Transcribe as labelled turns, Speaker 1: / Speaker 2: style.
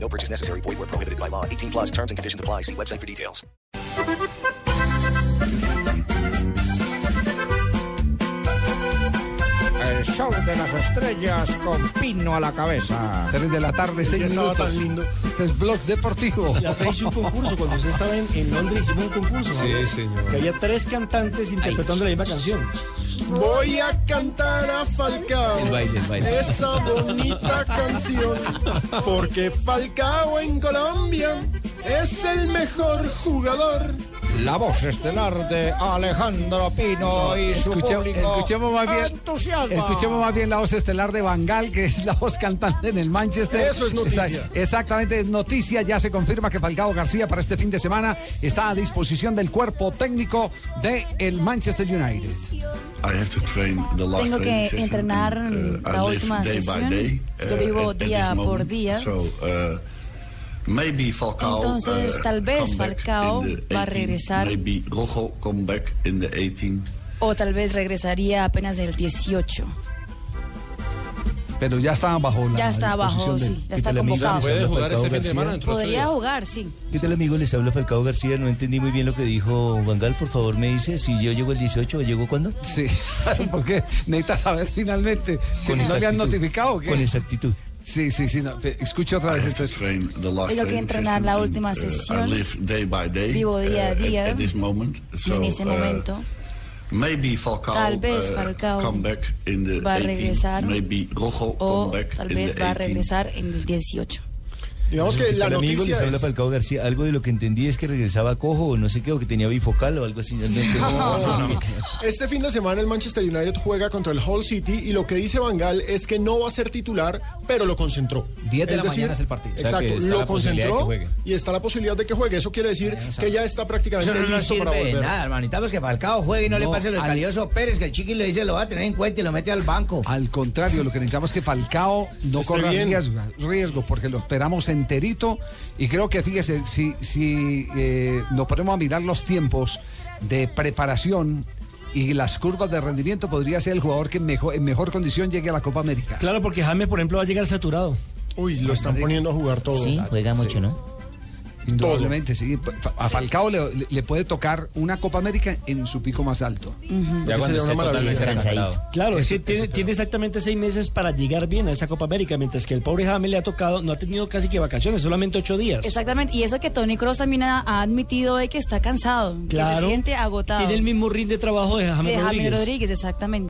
Speaker 1: No purchase necessary. Void where prohibited by law. 18 plus terms and conditions apply. See website for details.
Speaker 2: El show de las estrellas con pino a la cabeza.
Speaker 3: 3 de la tarde, 6
Speaker 4: estaba
Speaker 3: minutos.
Speaker 4: tan lindo.
Speaker 3: Este es Blog Deportivo.
Speaker 4: La otra hice un concurso, cuando usted estaba en, en Londres hicimos un concurso.
Speaker 3: Sí, señor.
Speaker 4: Que había tres cantantes interpretando la misma canción.
Speaker 5: Voy a cantar a Falcao
Speaker 3: El baile, el baile.
Speaker 5: esa bonita canción, porque Falcao en Colombia es el mejor jugador.
Speaker 2: La voz estelar de Alejandro Pino y su
Speaker 3: Escucha-
Speaker 2: público.
Speaker 3: escuchemos más bien-
Speaker 2: Entusiasma.
Speaker 3: Escuchemos más bien la voz estelar de Bangal, que es la voz cantante en el Manchester.
Speaker 5: Eso es noticia.
Speaker 3: Exact- exactamente, es noticia. Ya se confirma que Falcao García para este fin de semana está a disposición del cuerpo técnico de el Manchester United.
Speaker 6: Tengo que entrenar la última sesión. Yo vivo día por día. uh, Entonces, tal vez Falcao va a regresar. O tal vez regresaría apenas el 18.
Speaker 3: Pero ya está bajo la
Speaker 4: Ah,
Speaker 6: Ya está bajo,
Speaker 3: disposición
Speaker 6: sí,
Speaker 3: del-
Speaker 6: ya está
Speaker 3: Quítale
Speaker 6: convocado.
Speaker 3: micrófono.
Speaker 6: Puede
Speaker 7: jugar este fin de semana dentro de
Speaker 6: Podría jugar, sí.
Speaker 7: ¿Qué tal amigo? Les habla Falcao García. No entendí muy bien lo que dijo Vangal. Por favor, me dice si yo llego el 18 o llego cuándo.
Speaker 3: Sí, porque necesitas saber finalmente. si
Speaker 7: Con
Speaker 3: ¿No le
Speaker 7: exactitud.
Speaker 3: han notificado o qué?
Speaker 7: Con exactitud.
Speaker 3: Sí, sí, sí. no, pe- Escucha otra vez esto. es-
Speaker 6: Tengo que entrenar la última sesión. Vivo día a día. Y en ese momento Tal vez Falcao va a regresar o tal vez va a regresar en el 18.
Speaker 5: Digamos que
Speaker 7: ¿Qué
Speaker 5: la
Speaker 7: tal, amigo? Les
Speaker 5: noticia
Speaker 7: habla
Speaker 5: es...
Speaker 7: Falcao García. Algo de lo que entendí es que regresaba cojo o no sé qué, o que tenía bifocal o algo así. No entendí.
Speaker 5: Este fin de semana el Manchester United juega contra el Hull City y lo que dice Vangal es que no va a ser titular, pero lo concentró.
Speaker 3: 10 de la mañana es el partido. O sea,
Speaker 5: Exacto,
Speaker 3: que está
Speaker 5: lo
Speaker 3: la posibilidad de que
Speaker 5: concentró
Speaker 3: juegue.
Speaker 5: y está la posibilidad de que juegue. Eso quiere decir que ya está prácticamente listo para volver.
Speaker 8: hermano. Necesitamos que Falcao juegue y no,
Speaker 3: No, al-
Speaker 8: Pérez, que el chiqui le dice lo va a tener en cuenta y lo mete al banco.
Speaker 3: Al contrario, lo que necesitamos es que Falcao no
Speaker 5: Esté
Speaker 3: corra
Speaker 5: bien.
Speaker 3: riesgo, riesgo, porque lo esperamos enterito. Y creo que, fíjese, si, si eh, nos ponemos a mirar los tiempos de preparación y las curvas de rendimiento, podría ser el jugador que mejor, en mejor condición llegue a la Copa América.
Speaker 4: Claro, porque James, por ejemplo, va a llegar saturado.
Speaker 5: Uy, lo están poniendo a jugar todo.
Speaker 7: Sí, juega mucho, ¿no?
Speaker 3: Indudablemente, sí. A Falcao le, le puede tocar una Copa América en su pico más alto.
Speaker 5: Ya cuando esté totalmente
Speaker 7: Cansadito.
Speaker 4: Claro, es que tiene, tiene exactamente seis meses para llegar bien a esa Copa América, mientras que el pobre James le ha tocado, no ha tenido casi que vacaciones, solamente ocho días.
Speaker 6: Exactamente, y eso que Tony Cross también ha, ha admitido hoy que está cansado, que se siente agotado.
Speaker 4: Tiene el mismo ritmo de trabajo de James
Speaker 6: de James
Speaker 4: Rodríguez.
Speaker 6: Rodríguez, exactamente.